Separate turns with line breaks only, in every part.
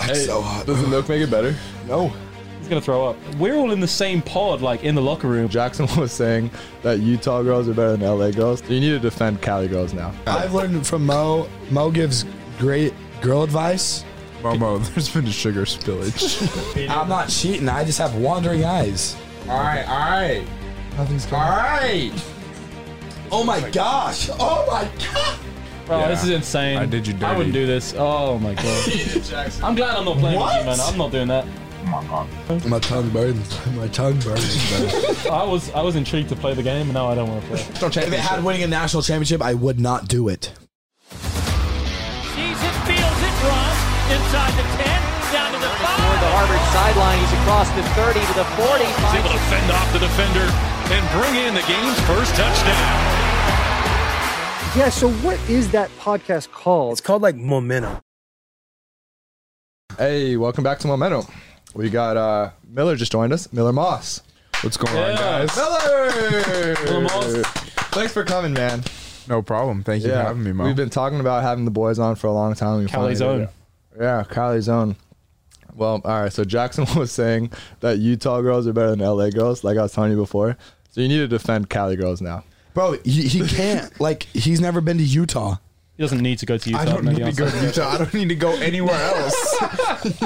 It's so hot.
Does the milk make it better?
No.
He's gonna throw up. We're all in the same pod, like in the locker room.
Jackson was saying that Utah girls are better than LA girls. You need to defend Cali girls now.
I've learned from Mo. Mo gives great girl advice.
Momo, there's been a sugar spillage.
I'm not cheating. I just have wandering eyes.
All right, all right,
Nothing's going.
all right.
Oh my gosh! Oh my god!
Bro,
Yeah.
this is insane.
I did you
I wouldn't do
dirty.
this. Oh my god. I'm glad I'm not playing with
What?
you, man. I'm not doing that.
My tongue burns. My tongue burns.
I was I was intrigued to play the game, and now I don't want to play.
if it had winning a national championship, I would not do it.
Sees it, feels it, runs inside the 10, down to the 5.
toward the Harvard sideline. He's across the 30 to the 40.
He's able to fend off the defender and bring in the game's first touchdown.
Yeah, so what is that podcast called?
It's called like momentum.
hey, welcome back to Momentum. We got uh, Miller just joined us. Miller Moss.
What's going
Yeah.
on, guys?
Miller.
Moss.
Thanks for coming, man.
No problem. Thank you for having me, Mo.
We've been talking about having the boys on for a long time. We
Cali's
finally
own.
did it. Yeah, Cali's own. Well, all right. So Jackson was saying that Utah girls are better than LA girls, like I was telling you before. So you need to defend Cali girls now.
Bro, he, he can't. like, he's never been to Utah.
He doesn't need to go to Utah.
I don't
man,
need to
the
go
answer.
to Utah. I don't need to go anywhere else.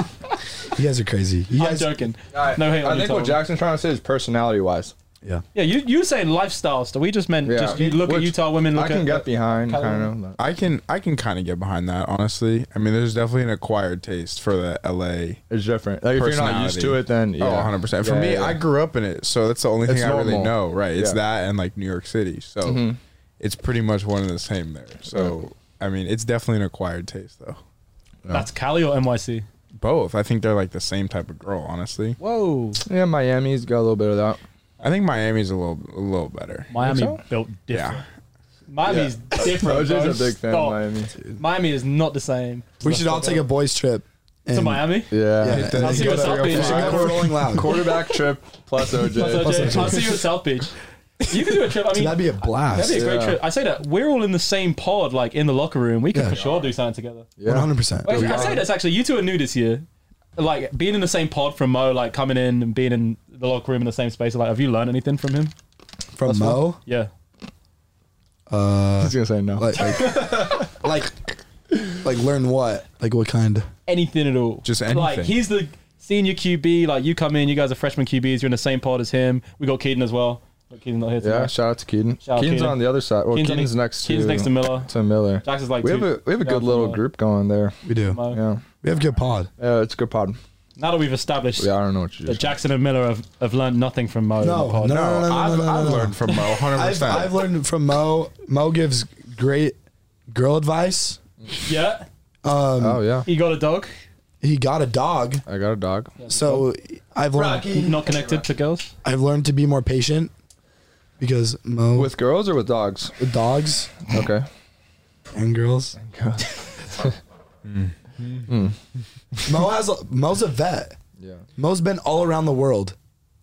You guys are crazy. You
I'm
guys,
joking. No hate
I
on
think
Utah.
what Jackson's trying to say is personality wise.
yeah.
yeah, you you were saying lifestyle stuff. We just meant
Yeah.
just you look at
Which
Utah women. Look
I can
at,
get behind,
Cali-
kind of.
I can I can kind of get behind that, honestly. I mean, there's definitely an acquired taste for the LA
It's different. Like if you're not used
personality.
to it, then yeah.
Oh, 100 percent. For
Yeah,
me,
yeah,
I
yeah.
grew up in it, so that's the only
It's
thing I really
normal.
know. Right? It's
Yeah. Mm-hmm.
that and like New York City. So it's pretty much one and the same there. So I mean, it's definitely an acquired taste, though.
That's Cali or NYC.
Both. I think they're like the same type of girl, honestly.
Whoa,
yeah. Miami's got a little bit of that.
I think Miami's a little a little better.
Miami
so?
built different.
Yeah.
Miami's different.
Doge's
bro.
a big fan
Stop.
of Miami.
Miami is not the same.
We should all take a boys' trip. And,
to Miami.
Yeah.
Yeah.
Then
I'll see
go
what's
to
up, bitch.
Rio
We
Fly.
should go to Rolling Loud.
Quarterback trip plus OJ.
Plus OJ. I'll see you at South Beach. You can do a trip. I mean,
That'd be a blast.
That'd be a great
Yeah.
trip. I say that we're all in the same pod, like in the locker room. We could
Yeah.
for sure do something together.
Yeah.
100%.
Wait, I say this actually. You two are new this year. Like being in the same pod from Mo, like coming in and being in the locker room in the same space. Like, have you learned anything from him?
From Mo?
Yeah.
Uh,
He's gonna say no.
like, like, like, like, learn what? Like, what kind?
Anything at all?
Just
Like
anything.
he's the senior QB. Like you come in, you guys are freshman QBs. You're in the same pod as him. We got Keaton as well. But Keaton's not here.
yeah.
Tonight.
Shout out to Keaton.
Shout out
Keaton's
Keaton.
on the other side. Well,
Keaton's
Keaton's,
on the-
next.
Keaton's
to,
next to Miller.
To Miller.
Jackson's like
we
two-
have a we have a
down
good
from
little
Miller.
group going there.
We do.
Mo.
Yeah.
We have a good pod.
Yeah. It's a good pod.
Now that we've established
Yeah. I don't know what you
that
just.
Jackson and Miller have, have learned nothing from Mo. in the
No,
pod.
no, no, no, no,
I've,
no, no,
I've
no.
learned from Mo 100.
I've,
percent
I've learned from Mo. Mo gives great girl advice.
Yeah.
Um,
Oh yeah.
He got a dog.
He got a dog,
I got a dog.
so I've learned.
Not connected to girls.
I've learned to be more patient because Mo with,
With girls or with dogs?
dogs
Okay.
and girls. Mo has a, Mo's a vet.
yeah.
Mo's been all around the world.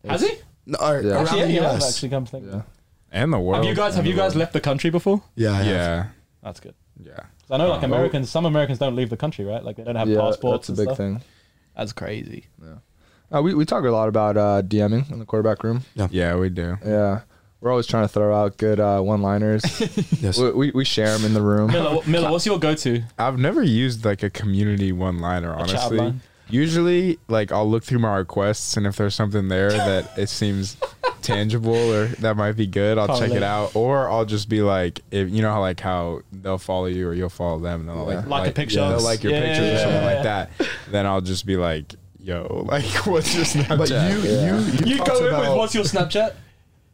Has he?
No, or
Yeah.
Around
Actually, yeah,
the
he has
U.S.
actually come to think of it.
and the world.
Have you guys have you guys left the country before?
Yeah, I have.
Yeah.
That's good.
Yeah.
'Cause I know like Americans, some Americans don't leave the country, right? Like they don't have
yeah.
passports.
That's a
and
big
stuff.
thing.
That's crazy.
Uh, we we talk a lot about uh, DMing in the quarterback room.
Yeah, we do.
Yeah. We're always trying to throw out good uh, one-liners.
Yes.
we, we, we share them in the room.
Miller, what- Miller, what's your go-to?
I've never used like a community one liner,
chat
honestly.
line.
Usually, like I'll look through my requests, and if there's something there that it seems tangible or that might be good, I'll
Follow
check it
them.
out. Or I'll just be like, if you know how like how they'll follow you or you'll follow them, and they'll like,
Like a picture.
they'll like your
Yeah,
picture
yeah,
or something
yeah,
like that. Then I'll just be like, yo, like what's your Snapchat?
But you, you, you,
You
talked
go in with
about-
what's your Snapchat?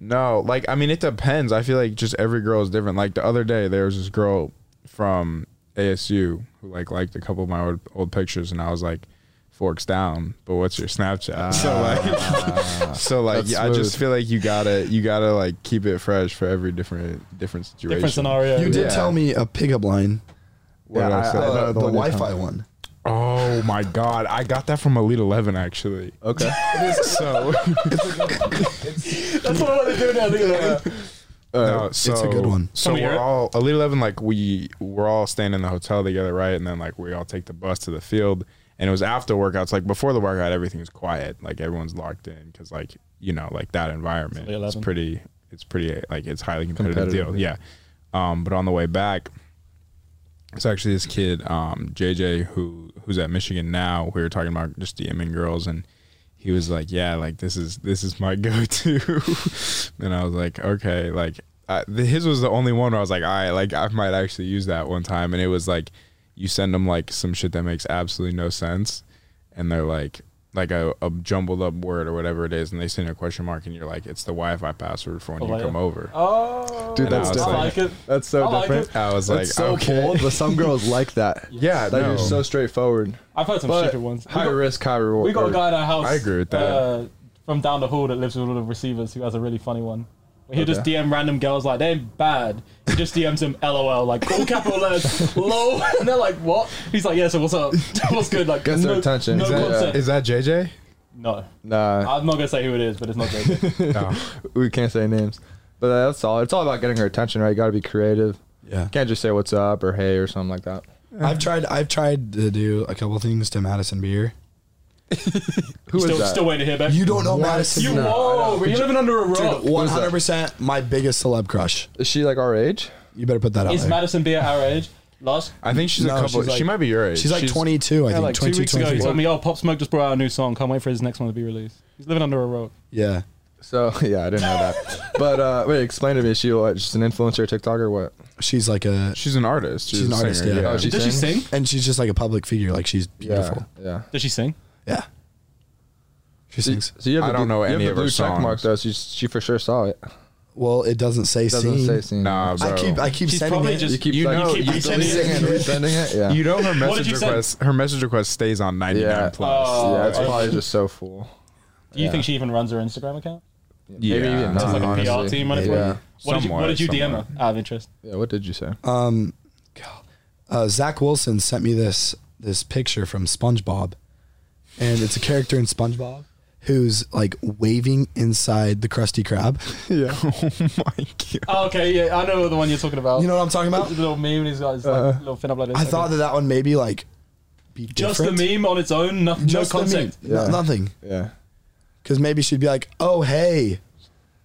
No, like I mean, it depends. I feel like just every girl is different. Like the other day, there was this girl from ASU who like liked a couple of my old, old pictures, and I was like, "Forks down," but what's your Snapchat? so like, so like,
That's
yeah, I just
smooth.
feel like you gotta you gotta like keep it fresh for every different different situation.
Different scenario.
You did
Yeah.
tell me a pickup line.
What did I
Yeah,
say?
I-
Uh,
know the
the
one you're
Wi-Fi
talking
one.
oh my god, I got that from Elite Eleven actually.
Okay.
so
That's what they do now. They go,
No, Uh, so,
a good one.
So
Can we hear
we're
it?
all Elite Eleven, like we we're all staying in the hotel together, right? And then like we all take the bus to the field, and it was after workouts. Like before the workout, everything was quiet. Like everyone's locked in because like you know like that environment
It's like
is
11.
pretty. It's pretty like it's highly competitive,
Competitive,
deal. Yeah. Um, but on the way back, it's actually this kid um, JJ who who's at Michigan now. We were talking about just DMing girls and. He was like, "Yeah, like this is this is my go-to," and I was like, "Okay." Like I, the, his was the only one where I was like, "All right, like I might actually use that one time." And it was like, you send them like some shit that makes absolutely no sense, and they're like like a, a jumbled up word or whatever it is, and they send a question mark, and you're like, it's the Wi-Fi password for when
Oh,
you
yeah.
come over.
Oh,
Dude,
And I
that's
was like-
different.
I like it.
That's so
I like
different.
it.
I was like,
That's so
okay,
bold, but some girls like that.
yeah,
Like
no.
you're so straightforward.
I've heard some
But
stupid ones. We
high
got-
risk, high reward.
We got a guy in our house.
I agree with that.
Uh, from down the hall that lives with all the receivers who has a really funny one. He'll just DM random girls like they're bad. He just DMs them LOL like all capital letters LOL and they're like what? He's like yeah so what's up? what's good? Like
Gets
no,
their attention.
No
Is that-
concept.
is that JJ?
no.
Nah,
I'm not gonna say who it is, but it's not JJ.
No.
we can't say names. But that's all. It's all about getting her attention, right? You got to be creative.
Yeah.
Can't just say what's up or hey or something like that.
I've tried. I've tried to do a couple things to Madison Beer.
Who is
still,
that?
still waiting to hear back.
You don't know Madison.
You
Beer.
whoa, were you living under a rock?
One hundred percent, my biggest celeb crush.
is she like our age?
You better put that out
is
there.
Madison Beer our age? Last
I think she's
No,
a couple.
she's like-
she might be your age.
She's like twenty-two, I think.
like two
22,
two weeks ago he
23.
told me, "Oh, Pop Smoke just brought out a new song. Can't wait for his next one to be released." He's living under a rock.
Yeah,
So yeah, I didn't know that. but uh, wait, explain to me. Is she what, just an influencer, TikTok, or what?
she's like a,
She's an artist. She's,
She's
an
an
singer,
artist,
Yeah.
yeah.
Oh, she
Does she
sings?
sing?
and she's just like a public figure. Like she's beautiful.
Yeah.
Does she sing?
Yeah, she
yeah.
sings.
So you have
I
the
don't
blue-
know
you have
any
the
of her
blue check mark
songs.
though. She she for sure saw it.
Well, it doesn't say
Doesn't
sing.
say seen.
Nah, bro.
I keep. I keep
She's
sending
probably
it.
just-
You keep
You
like,
know-
keep
you
deleting
deleting
it and resending it. Yeah.
You know her
What did
message
you say?
request. Her message request stays on ninety nine
Yeah.
plus.
yeah,
Oh,
it's
okay.
probably just so full.
Do you think she even runs her Instagram account?
yeah,
Maybe even
It's
not,
like a PR
honestly.
team on its
Yeah.
way. What did you, what
Somewhat,
did you DM
somewhat.
her out of interest?
Yeah, what did you say?
Uh, Zach Wilson sent me this this picture from SpongeBob, and it's a character in SpongeBob who's like waving inside the Krusty Krab.
yeah.
oh my god.
Oh, okay, yeah, I know the one you're talking about.
You know what I'm talking
the
about? Uh,
little meme, and he's got his like, little fin up like this.
I thought that that one maybe like be
just
different.
the meme on its own, no, no
Just the meme.
concept.
No-
Yeah.
nothing.
Yeah.
Because maybe she'd be like, "Oh hey,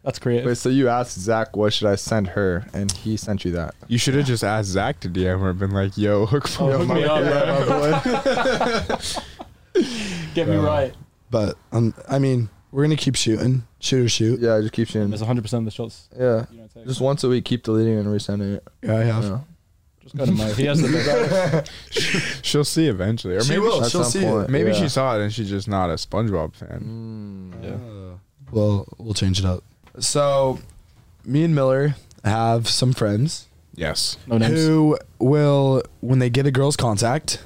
That's creative.
Wait, so you asked Zach what should I send her, and he sent you that.
You should have just asked Zach to DM her and been like, yo, hook me
Oh,
up.
hook me up, bro. Get me right.
But um, I mean, we're gonna keep shooting, shoot or shoot.
yeah, just keep shooting.
There's 100 percent of the shots.
Yeah,
You don't take.
just once a week, keep deleting and resending it.
Yeah, I have.
Yeah.
Just go to Mo. He has the best.
She'll see eventually. Or
She
maybe
will.
At
She'll
some
see
point,
it.
Maybe
yeah. Mm.
she saw it and she's just not a SpongeBob fan.
Well, we'll change it up. So, me and Miller have some friends
Yes.
No names.
who will, when they get a girl's contact,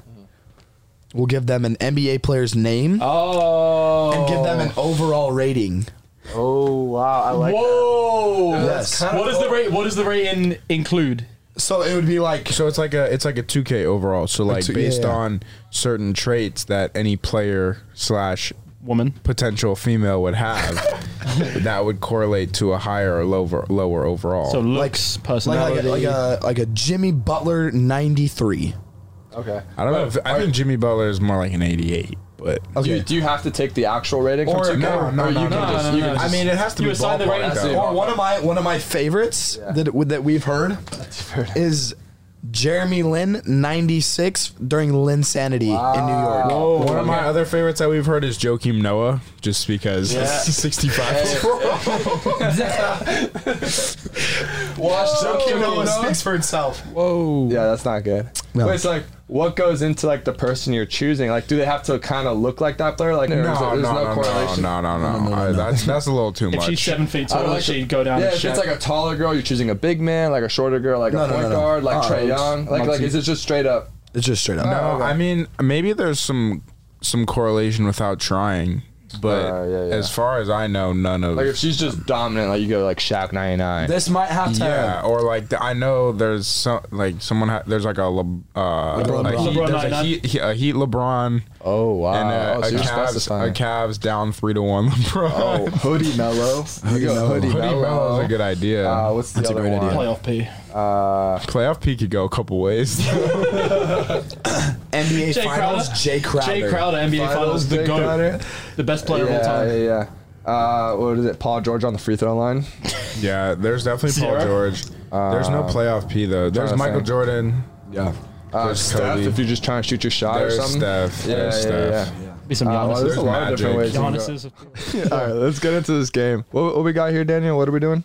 will give them an NBA player's name
Oh.
and give them an overall rating.
Oh wow, I like.
Whoa.
Yes.
What does the rate? What does the rating include?
So it would be like
So it's like a it's like a 2K overall. So like
two-
based
yeah.
on certain traits that any player slash
Woman.
potential female would have, that would correlate to a higher or lower lower overall.
So
Like-
looks,
like
personality.
like a, like a like a Jimmy Butler ninety three.
Okay.
I don't know. If, I think Jimmy Butler is more like an 88, but
Do, you, do you have to take the actual rating? from
Or-
2K?
no, no,
Or you
no,
can
no,
just,
no,
you
no,
can
no.
I mean it has to
You
be
assign the
ballpark,
ratings
though.
to-
Or one of my one of my favorites that that we've heard is Jeremy Lin ninety six during Lin Sanity in New York.
One of my other favorites that we've heard is Joakim Noah, just because
Yeah.
65.
Watch
Joakim
Joakim
Noah.
Noah speaks for itself.
Whoa.
Yeah, that's not good.
No.
But it's like, what goes into like the person you're choosing? Like, do they have to kind of look like that player? Like,
No,
there's,
no,
there's no,
no, no, no,
correlation.
no, I- That's that's a little too
if
much.
she's seven feet tall,
don't
like
like
she'd
it.
go down.
Yeah,
and
if it's
shit.
like a taller girl, you're choosing a big man, like a shorter girl, like
No,
a
no,
point
no, no.
guard, like
Uh,
Trey
it's-
Young. Like, like, is it just straight up?
It's just straight up.
no, I mean maybe there's some some correlation without trying, but
Uh, yeah, yeah.
as far as I know, none of
Like, if she's just dominant, like you go like Shaq 99.
This might have to.
yeah, or like the, I know there's some like someone ha- there's like a Le-
LeBron.
uh, a Heat,
LeBron
there's a
99.
Heat, he- a Heat LeBron
oh wow.
and a,
oh,
a
so you're
Cavs
specifying.
a Cavs down three to one LeBron.
Oh, hoodie mellow. Hoodie mellow. Hoodie
Hoodie Mello's a
mellow.
good idea.
Uh, what's the
That's a
other
great
one?
idea.
playoff P.
Playoff P could go a couple ways.
NBA
Jay
Finals,
Crowder.
Jay Crowder.
Jay Crowder, NBA Finals, the
Jay
GOAT.
Crowder.
The best player of all
Yeah,
time.
yeah, yeah. Uh, what is it? Paul George on the free throw line.
Yeah, there's definitely Paul
Zero.
George. there's no
Uh,
playoff P though. There's
Jonathan.
Michael Jordan.
Yeah. Uh,
There's
Steph,
Kobe.
if you're just trying to shoot your shot
There's
or something.
Steph.
Yeah,
There's
yeah,
Steph.
yeah.
Be some
Uh, well,
Giannis.
there's a lot
Magic.
of different ways. you can go.
Giannis's.
All right, let's get into this game. What, what we got here, Daniel? What are we doing?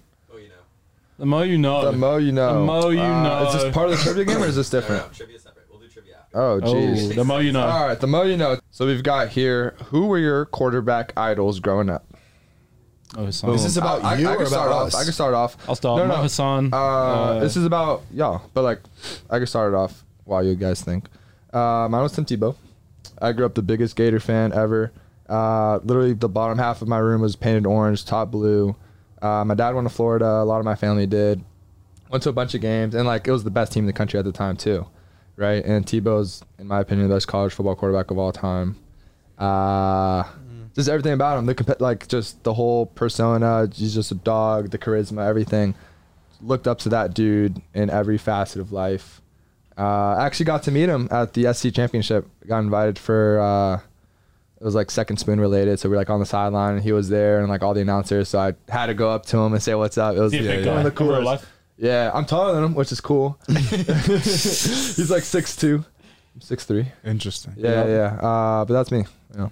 The more you know.
The Mo, you
The
know.
Mo you
Uh, Is
know.
this part of the trivia game or is this different?
Trivia separate. We'll do trivia after.
Oh,
oh,
jeez.
the more you know.
All right, the Mo, you know. So we've got here. Who were your quarterback idols growing up?
Oh, his son.
Is this about
I, I,
you
I
or
can start
about
off.
us?
I can start off.
I'll start.
No,
Mo
no.
Hassan.
Uh, this is about y'all, but like, I can start it off while you guys think. Uh, mine was Tim Tebow. I grew up the biggest Gator fan ever. Uh, literally, the bottom half of my room was painted orange, top blue. Uh, my dad went to Florida. A lot of my family did. Went to a bunch of games, and like, it was the best team in the country at the time too, right? And Tebow's, in my opinion, the best college football quarterback of all time. Uh, just everything about him. The comp- like just the whole persona. He's just a dog. The charisma, everything. Looked up to that dude in every facet of life. Uh, I actually got to meet him at the SC championship. Got invited for. Uh, it was like second spoon related, so we are like on the sideline, and he was there, and like all the announcers. So I had to go up to him and say what's up. It was
He's a
yeah,
big
one
guy.
of the
In real
coolest.
life.
Yeah, I'm taller than him, which is cool. He's like six two, six three.
Interesting.
Yeah, yeah. Uh, but that's me. Yeah.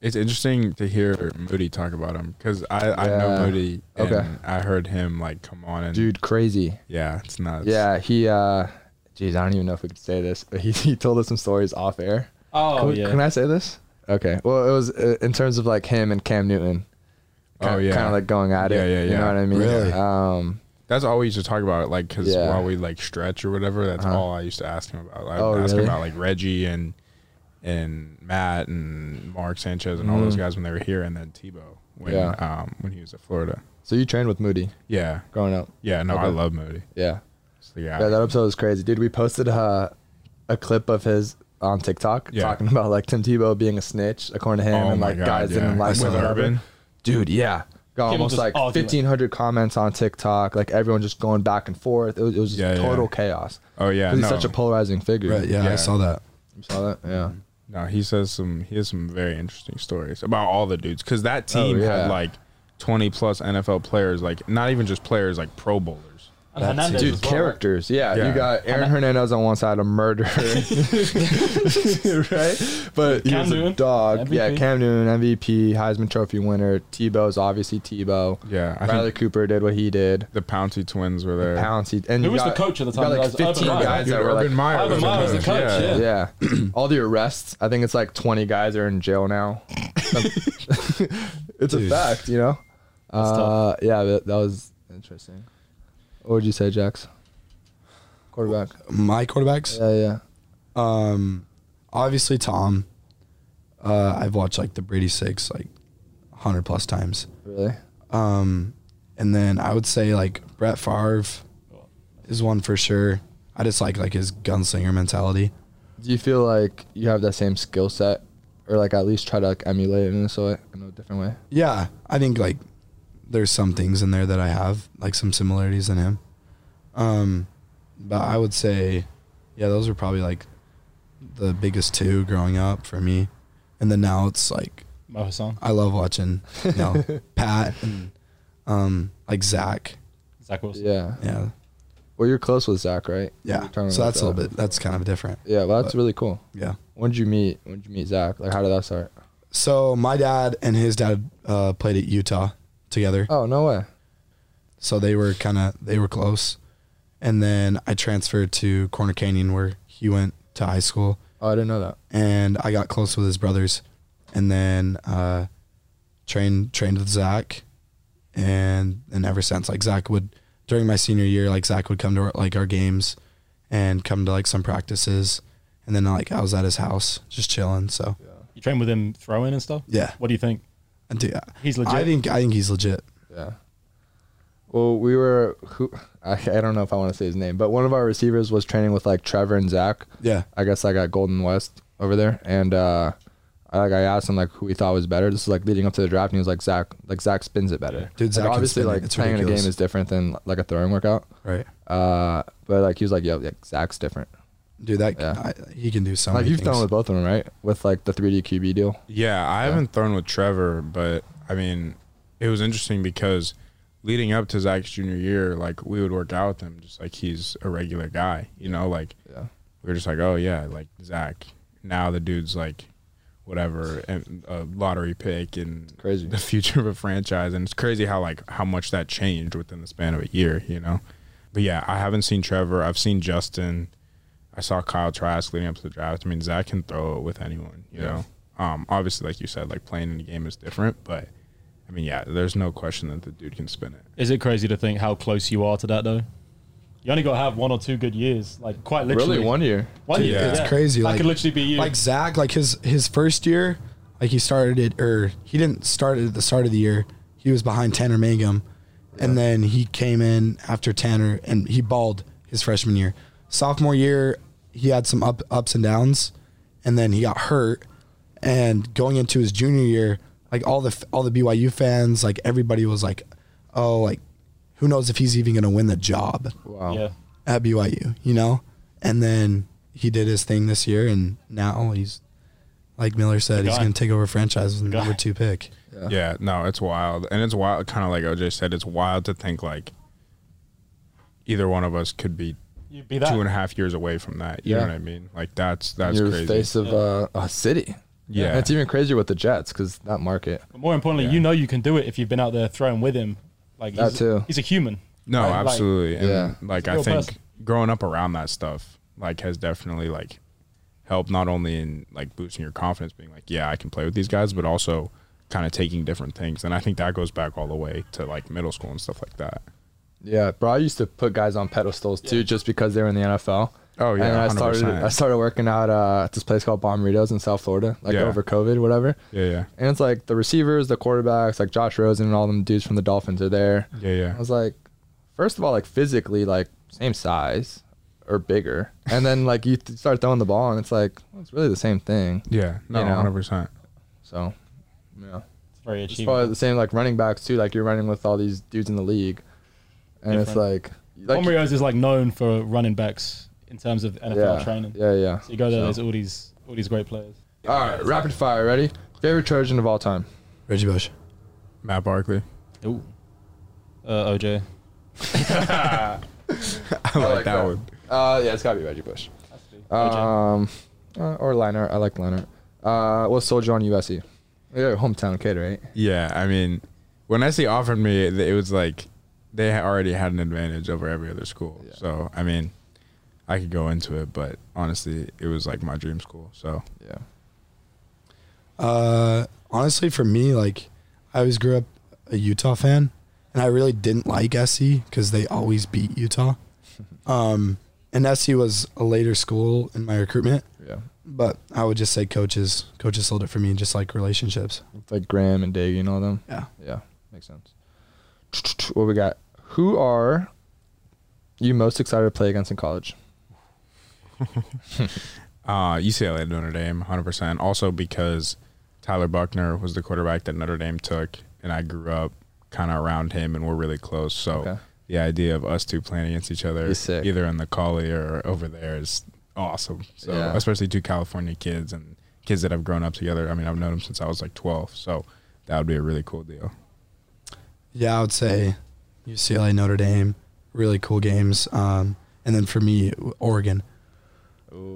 It's interesting to hear Moody talk about him because I, I know
Yeah.
Moody. And
Okay.
I heard him like come on and
Dude, crazy.
yeah, it's nuts.
Yeah, he uh geez, I don't even know if we could say this, but he, he told us some stories off air.
Oh,
can, we-
yeah.
can I say this? Okay. Well, it was uh, in terms of like him and Cam Newton.
Oh, yeah.
Kind of like going at it.
Yeah, yeah,
You
yeah.
know what I mean?
Really?
Um
That's all we used to talk about, like, because
Yeah. Uh-huh.
while we like stretch or whatever, that's all I used to ask him about. I
Oh,
would ask
really?
him about like Reggie and and Matt and Mark Sanchez and all those guys when they were here, and then Tebow when
Mm-hmm. Yeah.
um when he was at Florida.
so you trained with Moody
Yeah,
growing up.
yeah. No, I
Okay.
love Moody.
Yeah.
It's the guy.
Yeah, that episode was crazy. Dude, we posted uh, a clip of his on TikTok
Yeah.
talking about like Tim Tebow being a snitch according to him
Oh
and
my
like
God,
guys
yeah.
didn't like
With
him. or whatever.
Urban?
Dude, yeah.
People
Got almost
just
like
arguing.
1,500 comments on TikTok. Like everyone just going back and forth. It was, it was just
Yeah, yeah.
total chaos.
Oh, yeah,
'Cause he's
no.
such a polarizing figure.
Right, yeah,
Yeah.
I saw that.
You saw that? Yeah.
No, he says some. He has some very interesting stories about all the dudes because that team
Oh, yeah.
had like twenty plus NFL players, like not even just players, like Pro Bowlers.
And Hernandez
Dude,
as well,
characters. Yeah,
Yeah.
You got Aaron Hernandez on one side, a murderer. right? But he
Cam
was a
Newton,
dog. Yeah,
MVP.
Cam Newton, MVP, Heisman Trophy winner. Tebow's obviously Tebow.
Yeah, I
Riley
think
Cooper did what he did.
the Pouncy twins were there.
Pounds he and
Who
you
was the
got-
coach at the
you got,
time? That
like
was Urban
15
Meyer.
guys
Dude,
that were like,
Urban Meyer.
Urban Meyer was the coach, yeah.
yeah, all the arrests. I think it's like 20 guys are in jail now. it's a fact, you know. Uh, yeah, that, that was interesting. What would you say, Jax? Quarterback.
My quarterbacks,
Yeah, yeah.
um, obviously Tom. Uh, I've watched like the Brady Six like hundred plus times.
Really?
Um, and then I would say like Brett Favre is one for sure. I just like like his gunslinger mentality.
Do you feel like you have that same skill set, or like at least try to like, emulate it in a, so- in a different way?
Yeah, I think like there's some things in there that I have like some similarities in him. Um, but I would say, yeah, those were probably like the biggest two growing up for me. And then now it's like
Mo Hassan.
I love watching, you know, Pat and um like Zach.
Zach Wilson.
Yeah.
Yeah,
Well, you're close with Zach, right?
yeah.
You're talking
So
about
that's a
that.
little bit. That's kind of different.
Yeah, well, that's
But-
really cool.
Yeah.
When did you meet? When did you meet Zach? Like, how did that start?
So my dad and his dad uh, played at Utah together.
Oh no way!
so they were kind of they were close and then i transferred to corner canyon where he went to high school
Oh, I didn't know that.
and i got close with his brothers and then uh trained trained with zach and and ever since like zach would during my senior year like zach would come to our, like our games and come to like some practices and then like i was at his house just chilling so
You train with him throwing and stuff?
Yeah.
What do you think?
I do-
He's legit.
i think i think he's legit
Yeah. Well, we were who I, I don't know if I want to say his name, but one of our receivers was training with like Trevor and Zach.
Yeah.
I guess I got Golden West over there, and uh, I, like I asked him like who he thought was better. This is like leading up to the draft, and he was like Zach, like Zach spins it better.
Dude,
Like,
Zach can
obviously
spin it.
like
It's
playing in a
ridiculous.
game is different than like a throwing workout.
right
Uh, but like he was like, yo, like, Zach's different.
dude, that
Yeah.
I, Oh, he can do so
Like
many
you've
things.
thrown with both of them, right? With like the 3D QB deal.
Yeah, I haven't thrown with Trevor, but I mean, it was interesting because leading up to Zach's junior year, like we would work out with him, just like he's a regular guy, you know, like
Yeah.
we were just like, oh yeah, like Zach. Now the dude's like, whatever, and a lottery pick and
Crazy.
the future of a franchise, and it's crazy how like how much that changed within the span of a year, you know. But yeah, I haven't seen Trevor. I've seen Justin. I saw Kyle Trask leading up to the draft. I mean, Zach can throw it with anyone, you know. Um, obviously, like you said, like playing in the game is different, but I mean, yeah, there's no question that the dude can spin it.
Is it crazy to think how close you are to that though? You only got to have one or two good years, like quite literally
Really, one year.
One
Dude,
year,
it's
yeah.
crazy,
That
like-
could literally be you.
like Zach, like his his first year, like he started it or he didn't start it at the start of the year. He was behind Tanner Mangum, and then he came in after Tanner, and he balled his freshman year. Sophomore year, he had some up ups and downs, and then he got hurt. And going into his junior year, like all the all the BYU fans, like everybody was like, "Oh, like who knows if he's even gonna win the job?"
Wow.
yeah.
at BYU, you know? And then he did his thing this year, and now he's, like Miller said, he's
guy.
going to take over franchise with the
guy.
number two pick.
Yeah. no, it's wild. And it's wild, kind of like OJ said, it's wild to think like either one of us could be
You'd be that.
two and a half years away from that. You
Yeah.
know what I mean? Like that's that's
You're
crazy.
the face of uh, a city.
Yeah.
And it's even crazier with the Jets because that market.
But more importantly,
Yeah.
you know you can do it if you've been out there throwing with him. Like
That
he's,
too.
he's a human.
No,
Right? Like,
absolutely. and
Yeah.
like
He's a
I
real
think
person.
growing up around that stuff like has definitely like helped not only in like boosting your confidence, being like, yeah, I can play with these guys, but also kind of taking different things. And I think that goes back all the way to like middle school and stuff like that.
Yeah, bro. I used to put guys on pedestals too, just because they were in the NFL.
Oh, yeah,
And then I started
100%.
I started working out uh, at this place called Bomberitos in South Florida, like
Yeah.
over COVID, whatever.
Yeah, yeah.
And it's like the receivers, the quarterbacks, like Josh Rosen and all them dudes from the Dolphins are there.
Yeah, yeah.
I was like, first of all, like physically, like same size or bigger, and then like you th- start throwing the ball, and it's like well, it's really the same thing.
Yeah, no,
You know.
hundred percent.
So, yeah,
It's very
it's probably
achievable.
the same like running backs too. Like you're running with all these dudes in the league, and it's like, like
Omrios is like known for running backs in terms of NFL
yeah,
training.
yeah, yeah.
So you go there,
So-
there's all these all these great players.
All right, rapid fire. Ready? Favorite Trojan of all time.
Reggie Bush.
Matt Barkley.
Ooh. Uh, OJ.
I like, that, one.
Uh, yeah, it's gotta be Reggie Bush. Um, uh, or Liner. I like Liner. Uh, what's Soldier on USC? Yeah, hometown kid, right?
Yeah, I mean, when SC offered me, it it was like they had already had an advantage over every other school.
Yeah.
So I mean, I could go into it, but honestly, it was like my dream school. So
Yeah.
Uh, honestly, for me, like I always grew up a Utah fan, and I really didn't like SC because they always beat Utah. Um, and SC was a later school in my recruitment,
Yeah.
but I would just say coaches, coaches sold it for me, just like relationships.
It's like Graham and Daggy and all them.
Yeah.
Yeah, makes sense. What we got? Who are you most excited to play against in college?
uh, UCLA to Notre Dame, hundred percent. Also because Tyler Buckner was the quarterback that Notre Dame took, and I grew up kind of around him, and we're really close. So
Okay.
the idea of us two playing against each other,
He's sick.
either in the collie or over there, is awesome. So
Yeah.
especially two California kids and kids that have grown up together. I mean, I've known them since I was like twelve, so that would be a really cool deal.
Yeah, I would say UCLA, Notre Dame, really cool games. Um, and then for me, Oregon.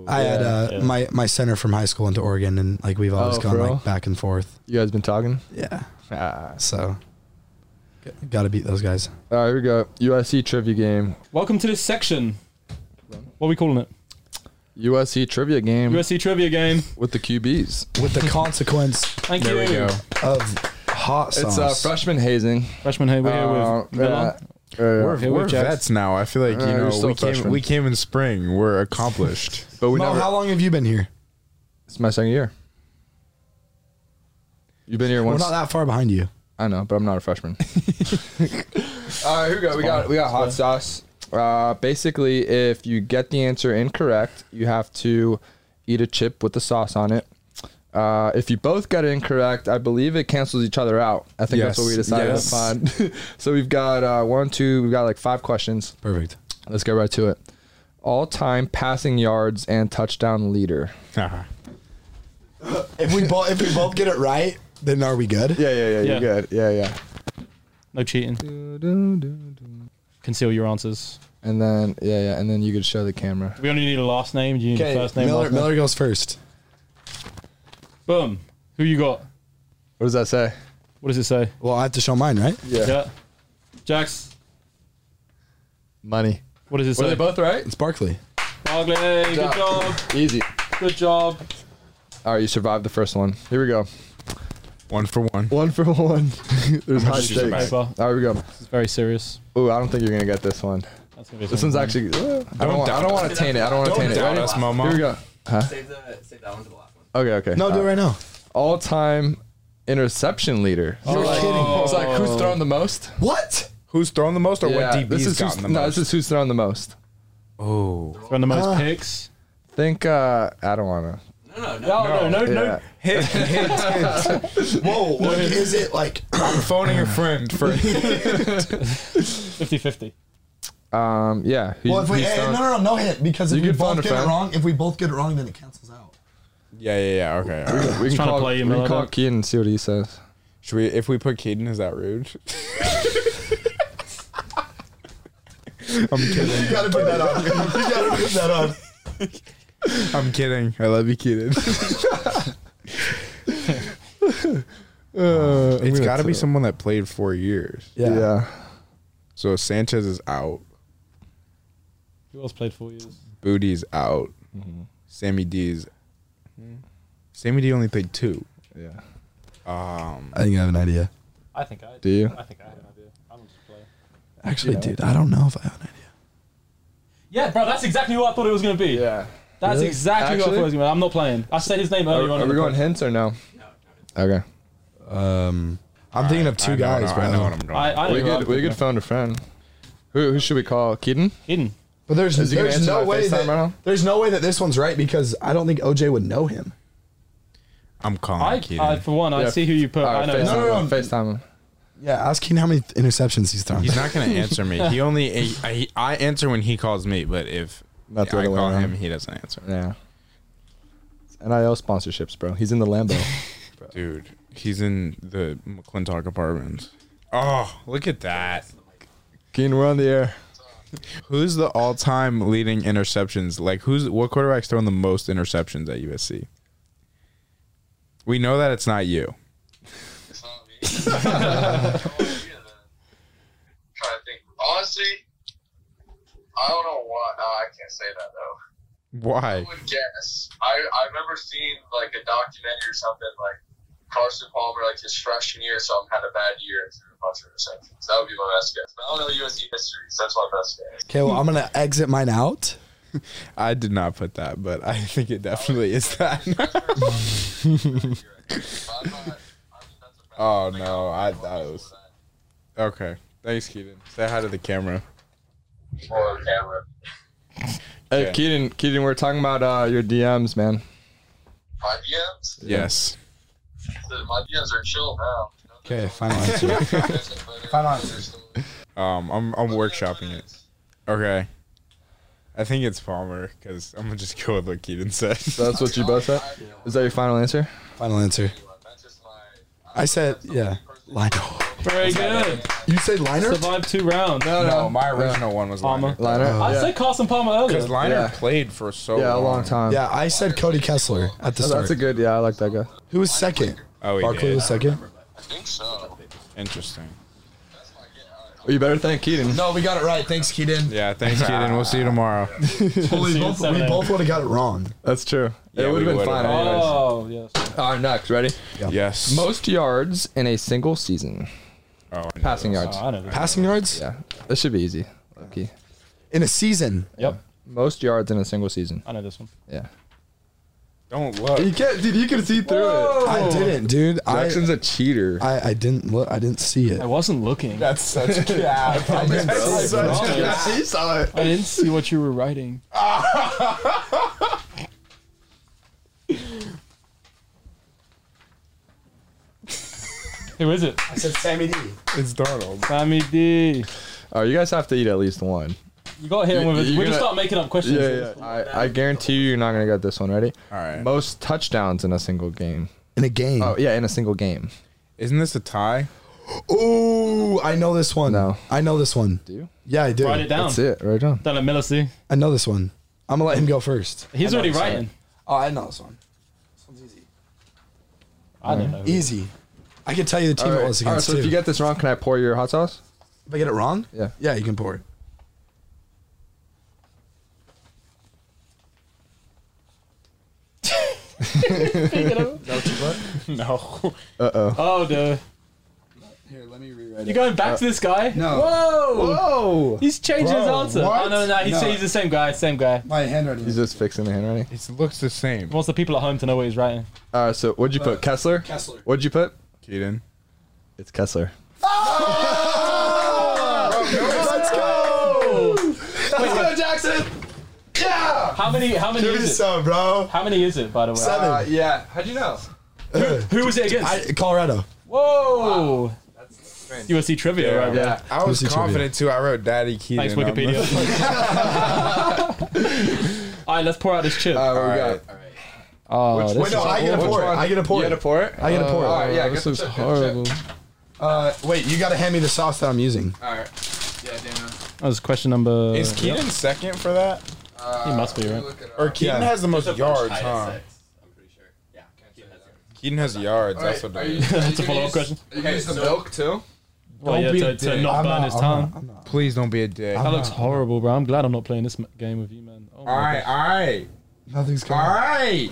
I had uh,
Yeah.
my my center from high school into Oregon, and like we've always
Oh,
gone
for real?
like back and forth.
You guys been talking?
Yeah,
Ah.
so got to beat those guys.
All right, here we go. USC E trivia game.
Welcome to this section. What are we calling it?
USC E trivia game
USC trivia game.
with the QBs.
With the consequence
Thank
There
you.
we go.
of hot sauce,
It's uh, freshman hazing.
Freshman here, we're
Uh,
here with Miller.
yeah, yeah.
We're,
Okay,
we're
we're Jets.
vets now. I feel like you
Uh, you're
know
still
we came
freshmen.
we came in spring. We're accomplished.
but we
Mo,
never.
how long have you been here?
it's my second year. You've been here
We're
once.
not that far behind you.
I know, but I'm not a freshman. All right, here we go. We got we got hot sauce. Uh, basically, if you get the answer incorrect, you have to eat a chip with the sauce on it. Uh, if you both got it incorrect, I believe it cancels each other out. I think that's what we
Yes,
decided
yes.
upon. so we've got uh, one, two, we've got like five questions.
Perfect.
Let's get right to it. all-time passing yards and touchdown leader.
yeah,
If we both if we both get it right, then are we good?
Yeah, yeah, yeah.
Yeah.
You're good. Yeah, yeah.
No cheating. Conceal your answers.
And then yeah, yeah. And then you could show the camera.
We only need a last name. Do you need a
Okay,
first name?
Miller,
last name?
Miller goes first.
Boom. Who you got?
What does that say?
What does it say?
Well, I have to show mine, right?
Yeah.
Yeah. Jax.
Money.
What does it
Were
say?
they both right?
It's Barkley.
Barkley. Good job.
Easy.
Good job.
All right, you survived the first one. Here we go.
one for one.
One for one. There's high
Just
stakes.
survive.
All
Paper.
right, here we go.
This is very serious.
Ooh, I don't think you're gonna get this one.
That's gonna be a
This
fun
one's
one.
actually. I don't.
Don't
Want, I
doubt
don't
us.
want to taint it. I don't want to taint it.
doubt
Ready?
us,
Here we
Momo.
go. Huh?
Save the save that one to the last one.
Okay, okay.
No, do it
Uh,
right now.
All-time interception leader. You're kidding. It's like who's thrown the most?
What?
Who's thrown the most or
Yeah,
what DB's
this is who's,
gotten the
no,
most?
this is who's thrown the most.
oh,
Run the
Ah.
most picks.
Think uh, I don't want to.
No, no, no.
No, no, no, no.
Yeah.
hit, hit,
Whoa, what is it like?
I'm phoning a friend for.
50-50.
Um, yeah. Who's,
Well, if we,
who's
hey, no,
thrown-
no, no, no hit because if
You
we
can
both
find a
get it
fan.
wrong, if we both get it wrong, then it cancels out.
Yeah, yeah, yeah. Okay. all right.
We can
trying to
call,
play him,
we
I
can call
don't-
Keaton and see what he says.
Should we? If we put Keaton, is that rude? I'm kidding.
You gotta put that on. you gotta put that on.
I'm kidding. I love you, Keaton.
Uh,
it's got to be someone that played four years.
Yeah.
So Sanchez is out.
Who else played four years?
Booty's out. Sammy D's. Hmm. Sammy D only played two.
Yeah.
Um,
I think I have an idea.
I think I
Do you?
I think I have an idea. I'm just playing.
Actually, dude, I don't know if I have an idea.
Yeah, bro, that's exactly what I thought it was gonna be.
Yeah.
That's
Really?
exactly what I thought it was gonna be. I'm not playing. I said his name
Are,
earlier on.
are
in
we
the
going
pod.
hints or no? Okay.
Um, I'm thinking of two
I know,
guys,
I know,
bro.
I know what I'm doing.
I, I
We
know
could we could phone a friend. Who who should we call? Keaton?
Hidden.
But there's,
Is he gonna
there's
answer
no
my
way
FaceTime
that
right now?
there's no way that this one's right because I don't think OJ would know him.
I'm calling
I,
Keaton.
I for one, I
Yeah.
see who you put.
All
I
right,
know.
FaceTime
No, no, no.
him, FaceTime him.
Yeah, ask Keen how many interceptions he's thrown.
He's not gonna answer me. He only I, I answer when he calls me, but if
Not the
I
other way
call
around.
him, he doesn't answer.
Yeah. It's NIL sponsorships, bro. He's in the Lambo.
Dude, he's in the McClintock apartments. Oh, look at that.
Keaton, we're on the air.
Who's the all-time leading interceptions? Like, who's what quarterback's throwing the most interceptions at USC? We know that it's not you.
It's not me. Trying to think. Honestly, I don't know why. No, I can't say that though.
Why?
I would guess. I I remember seeing like a documentary or something like Carson Palmer like his freshman year, so I'm had a bad year and threw a bunch of interceptions. That would be my best guess. But I don't know USC history, so that's my best guess.
okay, well, I'm gonna exit mine out.
I did not put that, but I think it definitely is that.
But I'm not. I mean, that's a bad
Oh,
thing.
no, I-
don't
that
know
was-
that.
okay. Thanks, Keaton. Say hi to the camera.
Or camera.
Hey
Yeah.
Keaton, Keaton, we're talking about uh, your DMs, man.
My DMs.
Yes.
My DMs are chill now.
Okay, final answer.
Final answer.
Um, I'm I'm workshopping it. Okay. I think it's Palmer because I'm gonna just go with what Keaton said.
That's what you both said. Is that your final answer?
final answer.
That's just my.
I said, yeah, Lionel.
Very good.
You say Liner?
Survived two rounds.
no, my original one was
Palmer.
Liner
Liner.
I
yeah.
said Carson Palmer earlier.
because Liner
Yeah.
played for so
yeah, a
long.
long time.
Yeah, I said Cody Kessler at the
Oh,
start.
that's a good. Yeah, I like that guy.
Who was second?
Oh, he
Barkley
did.
was second.
I think so.
Interesting.
Well, you better thank Keaton.
No, we got it right. Thanks, Keaton.
Yeah, thanks, Keaton. We'll see you tomorrow.
Holy,
See you
both,
at
we
7.
both would have got it wrong.
That's true.
Yeah,
it would
we
have been
would've.
fine. Anyways.
Oh yes.
All right, next, ready?
yes.
Most yards in a single season.
Oh, I know
Passing
this.
yards.
Oh, I know. This.
Passing yards
Yeah, this should be easy. Okay.
in a season.
Yep.
Most yards in a single season.
I know this one.
Yeah.
Don't look.
can't, dude. You can see through
I didn't, dude. I,
Jackson's a cheater.
I I didn't look. I didn't see it.
I wasn't looking.
That's such.
I didn't see it, bro.
he saw it.
I didn't see what you were writing. Who is it?
I said Sammy D.
it's Darnold.
Sammy D.
Oh, you guys have to eat at least one.
You gotta hit him with it.
You-
We'll
you're
just
gonna-
start making up questions.
Yeah, yeah. I, I guarantee you, you're not gonna get this one. Ready?
All right.
Most touchdowns in a single game.
in a game.
Oh yeah, in a single game.
Isn't this a tie?
Ooh, I know this one.
No.
I know this one.
Do you?
Yeah, I do.
Write it down.
That's it, right on.
Don't let Miller see.
I know this one. I'm gonna let him go first.
He's already writing.
Oh, I know this one. This one's easy.
I don't know.
Easy. I can tell you the team
All right.
it was
All right,
against
so if
too.
you get this wrong, can I pour your hot sauce?
if I get it wrong,
Yeah.
yeah, you can pour it.
No.
Uh oh.
Oh, dude.
Here, let me rewrite
You going back to this guy?
No.
Whoa.
Whoa!
He's changing his
Bro,
answer.
what?
Oh, no, no, he's,
No.
he's the same guy. Same guy.
My handwriting.
He's just fixing the handwriting.
It looks the same.
He wants the people at home to know what he's writing.
All right, so what'd you put? Uh, Kessler.
Kessler.
What'd you put?
Keaton.
It's Kessler.
Let's go.
Let's go, Jackson. Yeah.
How many? How many is it?
So, bro.
How many is it? By the way.
Seven.
Uh, yeah. How'd you know?
Who was it against?
I, Colorado.
Whoa. USC trivia, right? bro?
Yeah.
I was
Lucy Trivia.
confident too. I wrote Daddy Keaton.
Thanks,
on the-
Wikipedia. All right, let's pour out this chip.
Uh,
All right.
All
we got-
right.
oh, this
Wait, no,
is
I get to
Which
pour it.
one?
I get to pour
You
it.
gotta pour it.
I get to pour it.
all right, yeah, get
this
the
looks
chip, get the
horrible.
chip.
Uh, wait, you gotta hand me the sauce that I'm using.
All right. Yeah, Dana.
that was question number.
Is Keaton second for that?
Uh,
He must be,
let me
right?
look it up.
Or Keaton
Yeah.
has the most yards, huh? Keaton has yards.
All right,
That's what
are
it
you-
is.
are you
It's a
gonna
follow-up
use-
question.
Are you gonna use the milk too?
oh, yeah,
be a
to, to
dick.
not
I'm
burn
not-
his
I'm
tongue.
not- I'm not.
Please don't be a dick.
That
All
I'm
looks
not-
horrible, bro. I'm glad I'm not playing this m- game with you, man. Oh my
right,
gosh.
all right,
Nothing's
all
coming.
right.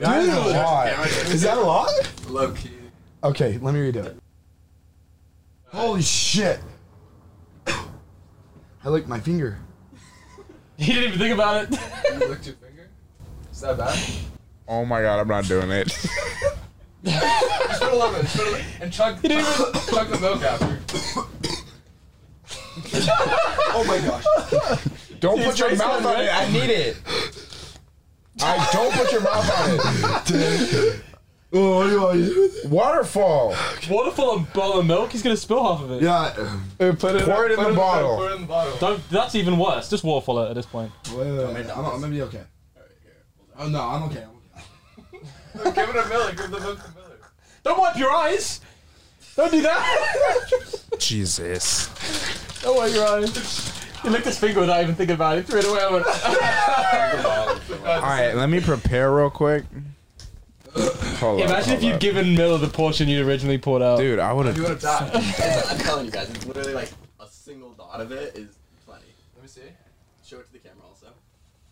That is a lot. Is that a lot?
Low key.
Okay, let me redo it. Holy shit. I licked my finger.
He didn't even think about it.
You licked your finger? Is that bad?
Oh my god, I'm not doing it.
Just put a little bit. Just put a little, and chug, chug the milk after.
Oh my gosh.
Don't put your
face
mouth
going
on it. I need it. I don't put your mouth on it.
oh,
Waterfall.
Waterfall and bottle of milk. He's gonna spill half of it.
yeah.
Put it,
Pour it in the bottle.
Pour it in the bottle.
Don't, that's even worse. Just waterfall it at this point.
Wait, wait, wait. I'm, I'm gonna be okay. Oh no, I'm okay. I'm okay.
Give it a Miller. Give the milk to Miller.
Don't wipe your eyes. Don't do that.
Jesus.
Don't wipe your eyes. He licked his finger without even thinking about it. Threw it away. I went, "Oh
All right, let me prepare real quick. Hold up,
Imagine if
hold
you'd
up.
given Mill the portion you originally poured out.
Dude, I would have.
You would have died. Let
I'm telling you guys, it's literally like a single dot of it is plenty.
me see.
Show it to the camera also.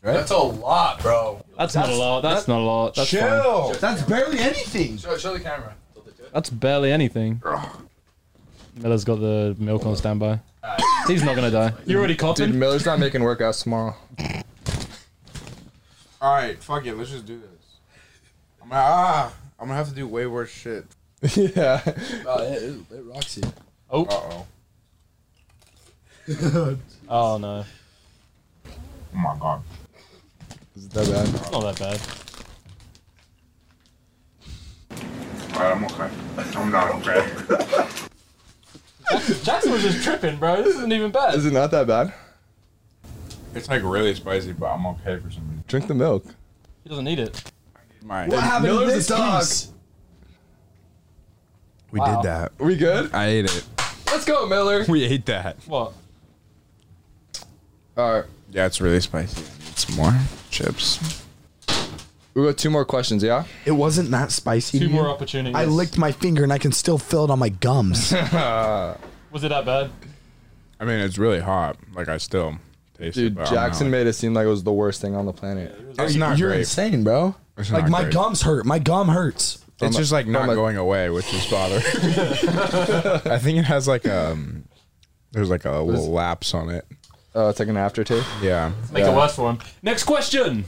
That's a lot, bro.
that's, not a lot. That's not a lot. That's fine.
That's barely anything.
Show, show the camera.
That's barely anything. Miller's got the milk on standby. He's not gonna die. You're already
Dude,
coughing.
Miller's not making workouts tomorrow.
All right, fuck it. Let's just do this. I'm gonna, ah, I'm gonna have to do way worse shit.
yeah.
Oh, it, it, it rocks you.
Uh oh.
Oh no,
Oh my god.
Is that bad?
it's not that bad.
All right, I'm okay. I'm not okay.
Jackson was just tripping, bro. This isn't even bad.
Is it not that bad?
it's like really spicy, but I'm okay for some reason.
Drink the milk.
He doesn't need it.
My,
happened
Miller's a dog.
we
Wow.
did that.
We good?
I ate it.
Let's go, Miller.
We ate that.
What?
All right.
Yeah, it's really spicy. I need some more chips.
We got two more questions, yeah?
It wasn't that spicy.
Two
dude.
more opportunities.
I licked my finger and I can still feel it on my gums.
Was it that bad?
I mean, it's really hot. Like I still taste it.
Dude,
but I'm
Jackson
not-
made it seem like it was the worst thing on the planet.
It's not
You're
great.
insane, bro.
It's
like
not
my
great.
gums hurt. My gum hurts.
It's just like not
a-
going away, which is bothering. I think it has like um, there's like a little lapse on it.
Oh, it's like an aftertaste.
Yeah.
Make
Yeah.
it worse for him. Next question.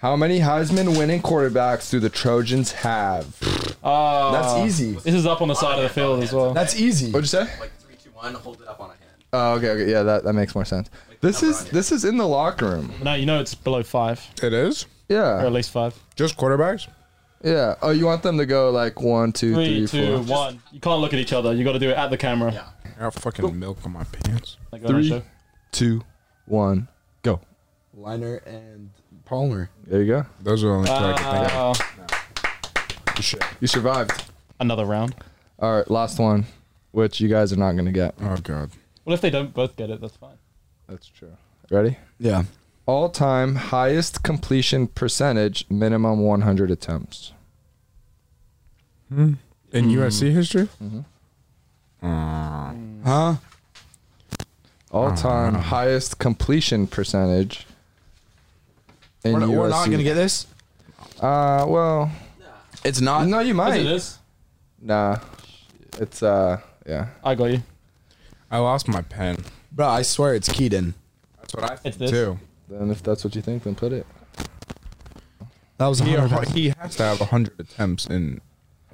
How many Heisman winning quarterbacks do the Trojans have?
Uh,
That's easy.
This is up on the side of the field as well.
That's easy.
What'd you say?
Like three, two, one. Hold it up on a hand.
Oh, okay, okay, yeah, that, that makes more sense. This is this is in the locker room.
No, you know it's below five,
It is
or at
Yeah,
least five.
just quarterbacks.
yeah. Oh, you want them to go like one, two,
Three,
three,
two,
four.
one. You can't look at each other. You got to do it at the camera.
Yeah.
I got fucking milk on my pants.
Like, go on,
Three.
show.
Two, one, go.
Liner and Palmer.
There you go.
Those are the only two I can think
Wow.
of. Shit.
You survived.
Another round.
All right, last one, which you guys are not gonna get.
Oh god.
Well, if they don't both get it, that's fine.
That's true. Ready?
Yeah.
All-time highest completion percentage, minimum 100 attempts.
In
Mm.
USC history?
Huh?
All-time
Ah.
highest completion percentage. In
We're, we're not
USC.
gonna get this.
Uh, well,
It's not.
no, you
Is
might.
it this?
Nah, it's uh, yeah.
I got you.
I lost my pen.
Bro, I swear it's Keaton.
That's what I think
It's this.
too.
Then if that's what you think, then put it.
That was
He,
100.
he has to have hundred attempts in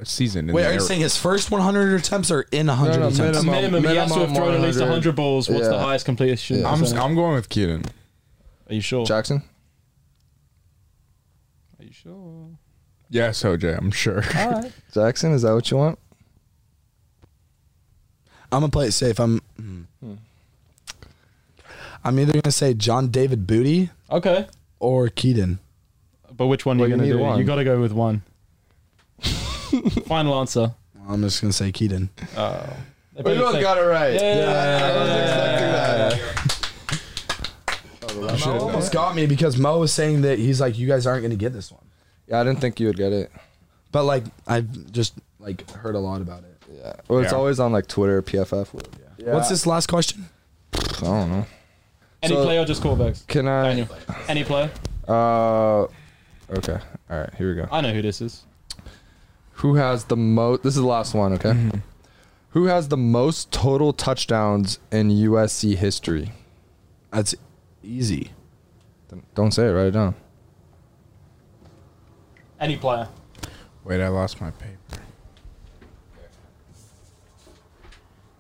a season. In
Wait,
the
are you
era.
saying his first 100 attempts are in 100
No, no,
attempts?
minimum.
Minimum, he has to have thrown at least 100 balls. What's the
Yeah.
highest completion?
I'm
percentage?
I'm going with Keaton.
Are you sure?
Jackson.
Are you sure?
Yes, OJ. I'm sure.
All right.
Jackson, is that what you want?
I'm gonna play it safe. I'm. hmm. I'm either gonna say John David Booty
Okay.
or Keaton.
But which one
Well,
are you
you
going
need
to do?
one.
You got to go with one. Final answer.
I'm just gonna say Keaton.
They
We
both
both
say-
got it right.
Yeah,
I was expecting that.
Mo almost got me because Mo was saying that he's like, you guys aren't gonna get this one.
Yeah, I didn't think you would get it.
But like, I've just like heard a lot about it.
Well, it's
Yeah.
always on like Twitter, PFF. Yeah.
What's this last question?
I don't know.
Any
So-
player or just quarterbacks?
Can I?
Daniel. Any player?
Uh, okay. All right. Here we go.
I know who this is.
Who has the most? This is the last one. Okay. Who has the most total touchdowns in USC history?
That's easy.
Don't say it. Write it down.
Any player.
Wait, I lost my paper.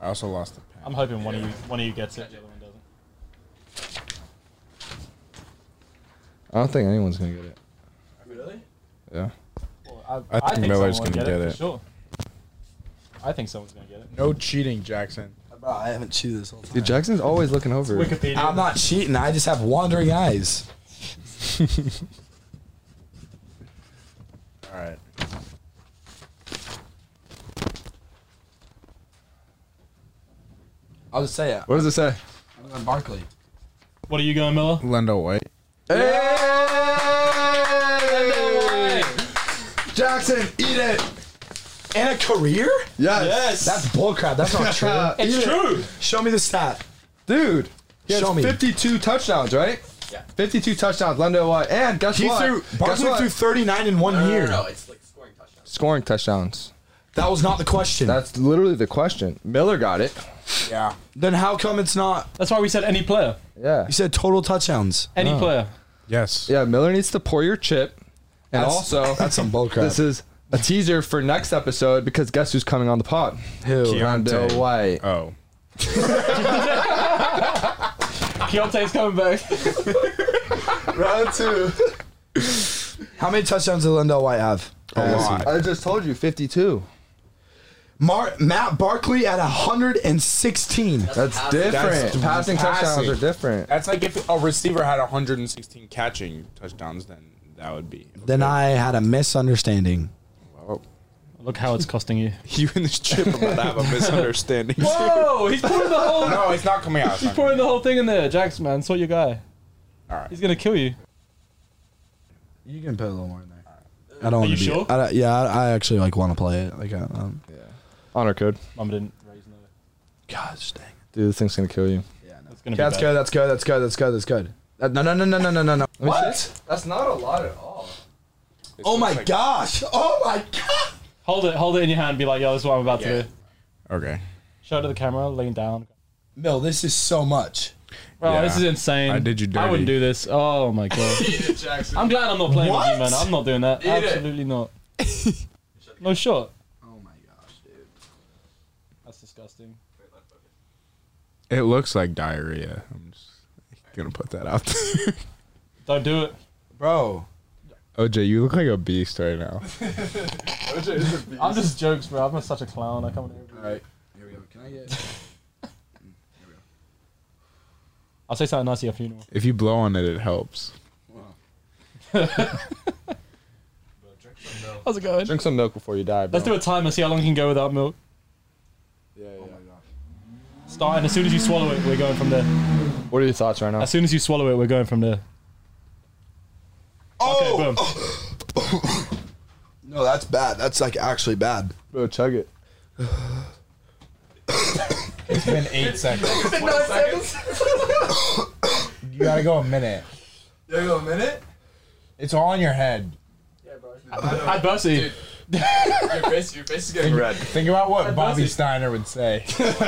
I also lost the pen.
I'm hoping one of you one of you gets it, the other one doesn't.
I don't think anyone's gonna get it. Really?
Well,
I think Miller's
someone will
gonna get
for
it.
Sure. I think someone's gonna get it.
No cheating, Jackson.
Bro, I haven't cheated this whole
Yeah. Dude, Jackson's always looking over. it.
Wikipedia.
I'm not cheating. I just have wandering eyes.
All right.
I'll just say it.
What does it say?
I'm on Barkley.
What are you going, Miller?
Lendo White.
Hey!
Jackson, eat it. And a career?
Yes. Uh,
That's bullcrap. That's not true.
It's true.
Show me the stat.
Dude. He has
Show me.
52 touchdowns, right? Yeah. 52 touchdowns. Lendo White. And guess
He
what?
threw
guess
Barkley
what?
threw 39 in one year.
it's like scoring touchdowns.
Scoring touchdowns.
That was not the question.
That's literally the question. Miller got it.
Yeah.
then how come it's not?
That's why we said any player.
Yeah.
You said total touchdowns.
Any player.
Yes.
Yeah, Miller needs to pour your chip. And also,
that's some bullcrap.
this is a teaser for next episode because guess who's coming on the pod?
Who?
Keontae.
Lendo White.
Oh.
Keontae's coming back.
Round two.
How many touchdowns did Lindell White have? Uh,
A lot.
I just told you, 52.
Mar- Matt Barkley at 116.
That's different.
That's
passing, touchdowns
passing.
are different.
That's like if a receiver had 116 catching touchdowns, then that would be.
Then I had a misunderstanding.
Look how it's costing you.
You and this chip about to have a misunderstanding.
Whoa! He's pouring the whole
no, it's not coming out. It's
he's
not coming
pouring the whole thing in there. Jax, man, sort your guy.
Alright.
He's gonna kill you.
You can put a little more in there. I don't.
Are
wanna
you
be-
sure?
I don't- yeah, I, I actually like want to play it. Like, I, um,
Honor code.
Mum didn't raise no.
gosh dang.
Dude, this thing's going to kill you.
It's gonna
That's
be bad.
good. That's good. That's good. That's good. That's good. That- No, no, no, no, no, no, no, no. What?
That's not a lot at all.
out.
Oh
It's
my
like-
gosh! Oh my god!
Hold it, hold it in your hand and be like, yo, this is what I'm about
Yeah.
to do.
Okay.
Show it to the camera, lean down.
Mill, this is so much.
Bro,
Yeah.
Oh, this is insane.
I did you
I wouldn't
dirty.
do this. Oh my god. I'm glad I'm not playing with
What?
you, man. I'm not doing that. Absolutely not. no shot.
Oh my gosh, dude.
That's disgusting.
It looks like diarrhea. I'm just gonna put that out there.
Don't do it.
Bro,
OJ, you look like a beast right now.
I'm just jokes, bro. I'm such a clown. I come here.
Here we go. Can I get?
I'll say something nice at your funeral.
If you blow on it, it helps.
How's it going?
Drink some milk before you die, bro.
Let's do a timer, see how long you can go without milk.
Yeah, yeah.
Starting as soon as you swallow it, we're going from there.
What are your thoughts right now?
As soon as you swallow it, we're going from there. Oh, okay, boom.
No, that's bad. That's like actually bad.
Bro, chug it.
It's been eight seconds. You gotta go a minute.
There you go, a minute.
It's all on your head.
Adversity.
Your face, your face is getting red.
Think about what Bobby Steiner would say.
Think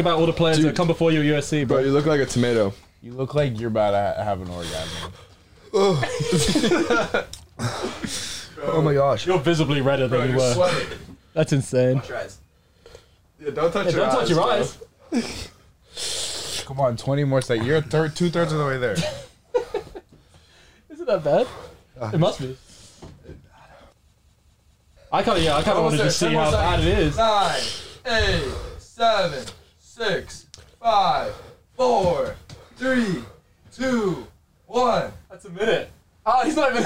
about all the players that come before you at USC,
Bro,
bro.
you look like a tomato.
You look like you're about to ha- have an orgasm.
Oh my gosh.
You're visibly redder than you
You're
were.
sweating.
That's insane.
Your eyes.
Yeah, don't touch
Don't touch your eyes.
Come on, 20 more seconds. You're a third, two thirds of the way there.
Isn't that bad? It must be. I kind of yeah, I kind of want to just see how bad it is.
Nine, eight, seven, six, five, four, three, two, one.
That's a minute. Oh, he's not even.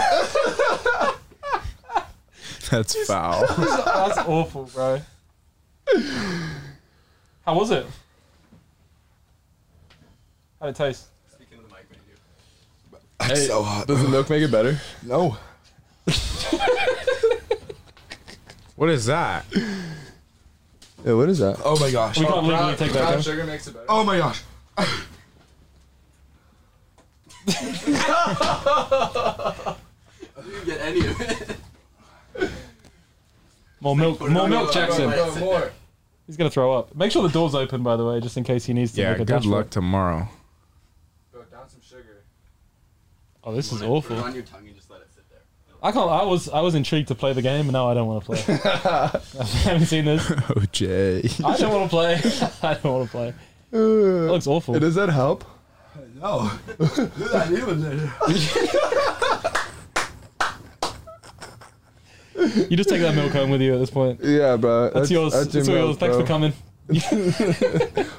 That's
That's foul.
awful, bro. How was it? How'd it taste?
Speaking of the mic, when you do.
That's so hot.
Does the milk make it better?
No.
what is that?
Yeah, what is that?
Oh my gosh.
We can't legally take that.
Brown
down.
sugar makes it better.
Oh my gosh.
You can get any of it.
More milk, more milk, Jackson.
Like, sit there.
He's gonna throw up. Make sure the door's open, by the way, just in case he needs to
Yeah,
make a
good
dash for
luck
it.
tomorrow.
Bro, down some sugar.
Oh, this is
Put it
awful.
on your tongue and just let it sit there.
I can't. I was I was intrigued to play the game, and now I don't want to play. I haven't seen this.
Oh, Jay.
I don't want to play. I don't want to play. It looks awful.
Does that help?
No.
You just take that milk home with you at this point. That's,
Yeah, bro. That's,
yours. That's, all yours. Thanks for coming.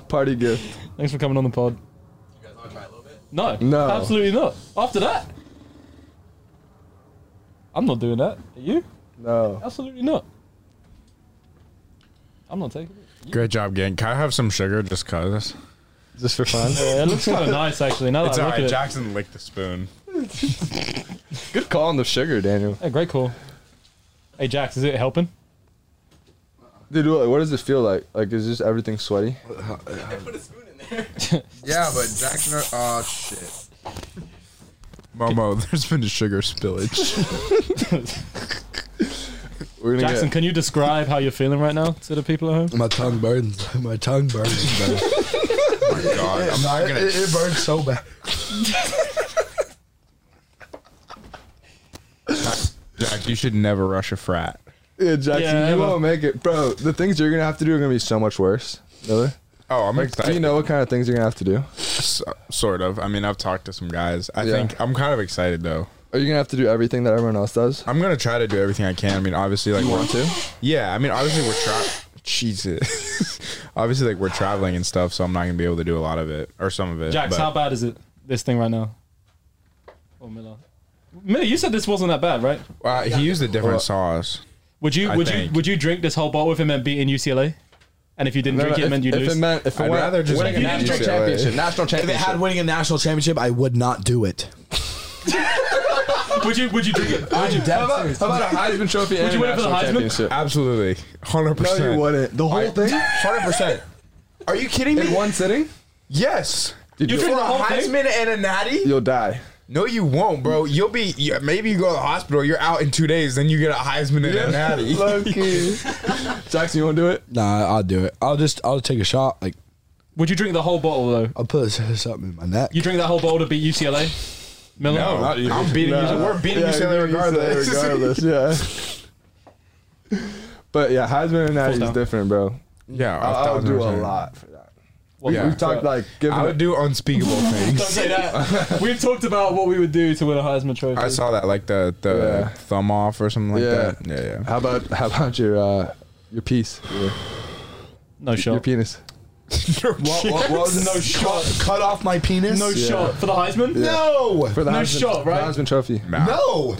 Party gift.
Thanks for coming on the pod.
You guys want to try a little bit?
No,
No.
absolutely not. After that, I'm not doing that. Are you?
No.
Absolutely not. I'm not taking it.
Great job, gang. Can I have some sugar just cause?
Just for fun.
Yeah, it looks kind of nice actually. Now
It's
that I look
alright.
at
Jackson licked the spoon.
Good call on the sugar, Daniel.
it. Hey, Oh, great call. Hey, Jax, is it helping?
Dude, what, what does it feel like? Like, is just everything sweaty?
Put a spoon in there.
Yeah, but Jackson. Oh,
uh,
shit.
Momo, there's been a sugar spillage.
We're gonna
Jackson,
get.
can you describe how you're feeling right now to the people at home?
My tongue burns. My tongue burns. bro. Oh
God, I'm not gonna.
it, it burns so bad.
Jack, you should never rush a frat.
Yeah, Jackson,
Yeah,
you
well-
won't make it, bro. The things you're gonna have to do are gonna be so much worse. Really?
Oh, I'm
Do
excited.
you know what kind of things you're gonna have to do?
So- sort of. I mean, I've talked to some guys. I
Yeah.
think I'm kind of excited though.
Are you gonna have to do everything that everyone else does?
I'm gonna try to do everything I can. I mean, obviously, like we're-
Want to?
yeah. I mean, obviously we're tra- Jesus. obviously, like we're traveling and stuff, so I'm not gonna be able to do a lot of it or some of it.
Jax,
but-
how bad is it? This thing right now. Or Oh, Miller. Miller, you said this wasn't that bad, right?
Uh, he used a different sauce.
Would you
I
would
think.
you would you drink this whole bottle if it meant beating UCLA? And if you didn't
No,
drink it,
no,
it
if,
meant you'd
if
lose.
it meant, if it
I'd
went-
rather just
winning
make
a
it
national
UCLA.
championship, national
If it
championship.
had winning a national championship, I would not do it.
would you would you drink it? Would you,
how, about, how about a Heisman Trophy and
you
a
win it for the
national
Heisman?
championship?
Absolutely, hundred percent.
wouldn't. The whole thing?
Hundred percent. Are you kidding me?
In one sitting?
Yes.
Dude,
you
you'll,
drink the whole thing?
Heisman and a natty?
you'll die.
No, you won't, bro. You'll be you, maybe you go to the hospital. You're out in two days. Then you get a Heisman and a natty.
Low-key. Jackson, you wanna do it?
Nah, I'll do it. I'll just, I'll take a shot. Like,
Would you drink the whole bottle though?
I'll put something in my neck.
You drink that whole bottle to beat UCLA? Miller?
No, I'm beating you. We're beating
Yeah,
UCLA
you're beating UCLA
regardless.
regardless, yeah. But yeah, Heisman and Natty is
down.
different, bro.
yeah,
I- I would do a
1000%.
lot for that.
Well,
Yeah.
We've talked like giving
I
it
would do unspeakable
Don't
things.
say that. We've talked about what we would do to win a Heisman Trophy.
I saw that, like the the
Yeah.
thumb off or something like
Yeah.
that. Yeah, yeah.
How about how about your uh, your piece, your,
no
your
shot.
penis?
what, what, was
No shot.
Cut, cut off my penis?
No shot for the Heisman.
No.
For the
No
Heisman,
shot, right?
the Heisman Trophy.
Nah.
No.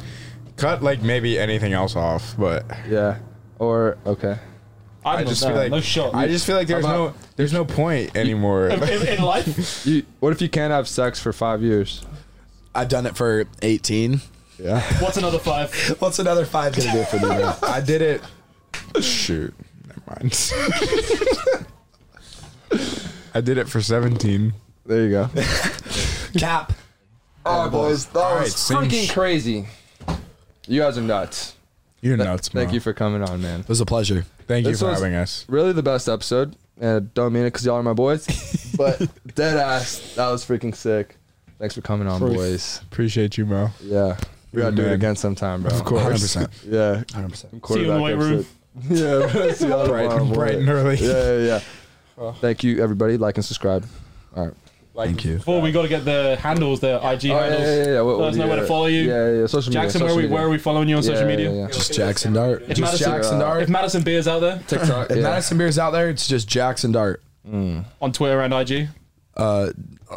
Cut like maybe anything else off, but
Yeah. Or okay.
I'm
I
not
just
there.
feel like
no shot.
I just feel like there's
About-
no there's no point anymore.
in, in life,
You, what if you can't have sex for five years?
I've done it for 18.
Yeah.
what's another five?
What's another five gonna do for me? man?
I did it. Shoot, never mind. I did it for 17.
There you go.
Cap.
oh, boys, that
All right,
was
same
fucking
sh-
crazy. You guys are nuts.
You're nuts, man.
Thank you for coming on, man.
It was a pleasure.
Thank you
this
for
was-
having us.
Really, the best episode. And don't mean it because y'all are my boys, but dead ass, that was freaking sick. Thanks for coming on,
Truth.
boys.
Appreciate you, Mo.
Yeah, we gotta do it
Man.
again sometime, bro.
Of course.
100%.
Yeah,
100%.
See you in the weight room.
Yeah, bro, see y'all
Bright,
tomorrow morning.
bright and early.
Yeah, yeah, yeah. Thank you, everybody. Like and subscribe. All right.
Thank you.
Before we got to get the handles, the IG handles.
Oh, What-
Let
what
us
do
know where to follow you.
Yeah, yeah, yeah. Social media.
Jackson, where
social
are we
media.
where are we following you on social
Yeah, yeah,
media?
yeah.
Just Jackson Dart.
It's
Just
Madison-
Jackson
If
Dart.
Madison Beer's out there
TikTok.
If
yeah.
Madison Beer's out there, it's just Jackson Dart.
on Twitter and IG,
Uh,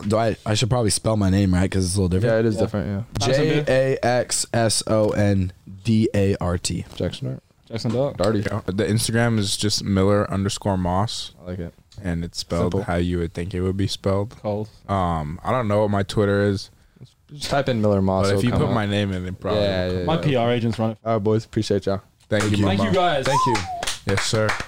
do I? I should probably spell my name right because it's a little
Yeah,
different.
it is different. Yeah.
J A X S O N D A R T.
Jackson Art.
Jackson Dark.
Darty.
Yeah. The Instagram is just Miller underscore Moss,
I like it.
and it's spelled
Simple.
how you would think it would be spelled.
Cold.
Um, I don't know what my Twitter is,
Just type in Miller Moss.
but if
it'll
you
come
put
up.
my name in, it probably.
Yeah, yeah, yeah.
My PR agents run it.
All right, boys. Appreciate y'all.
Thank you,
Thank
Momo.
you guys.
Thank you. Yes, sir.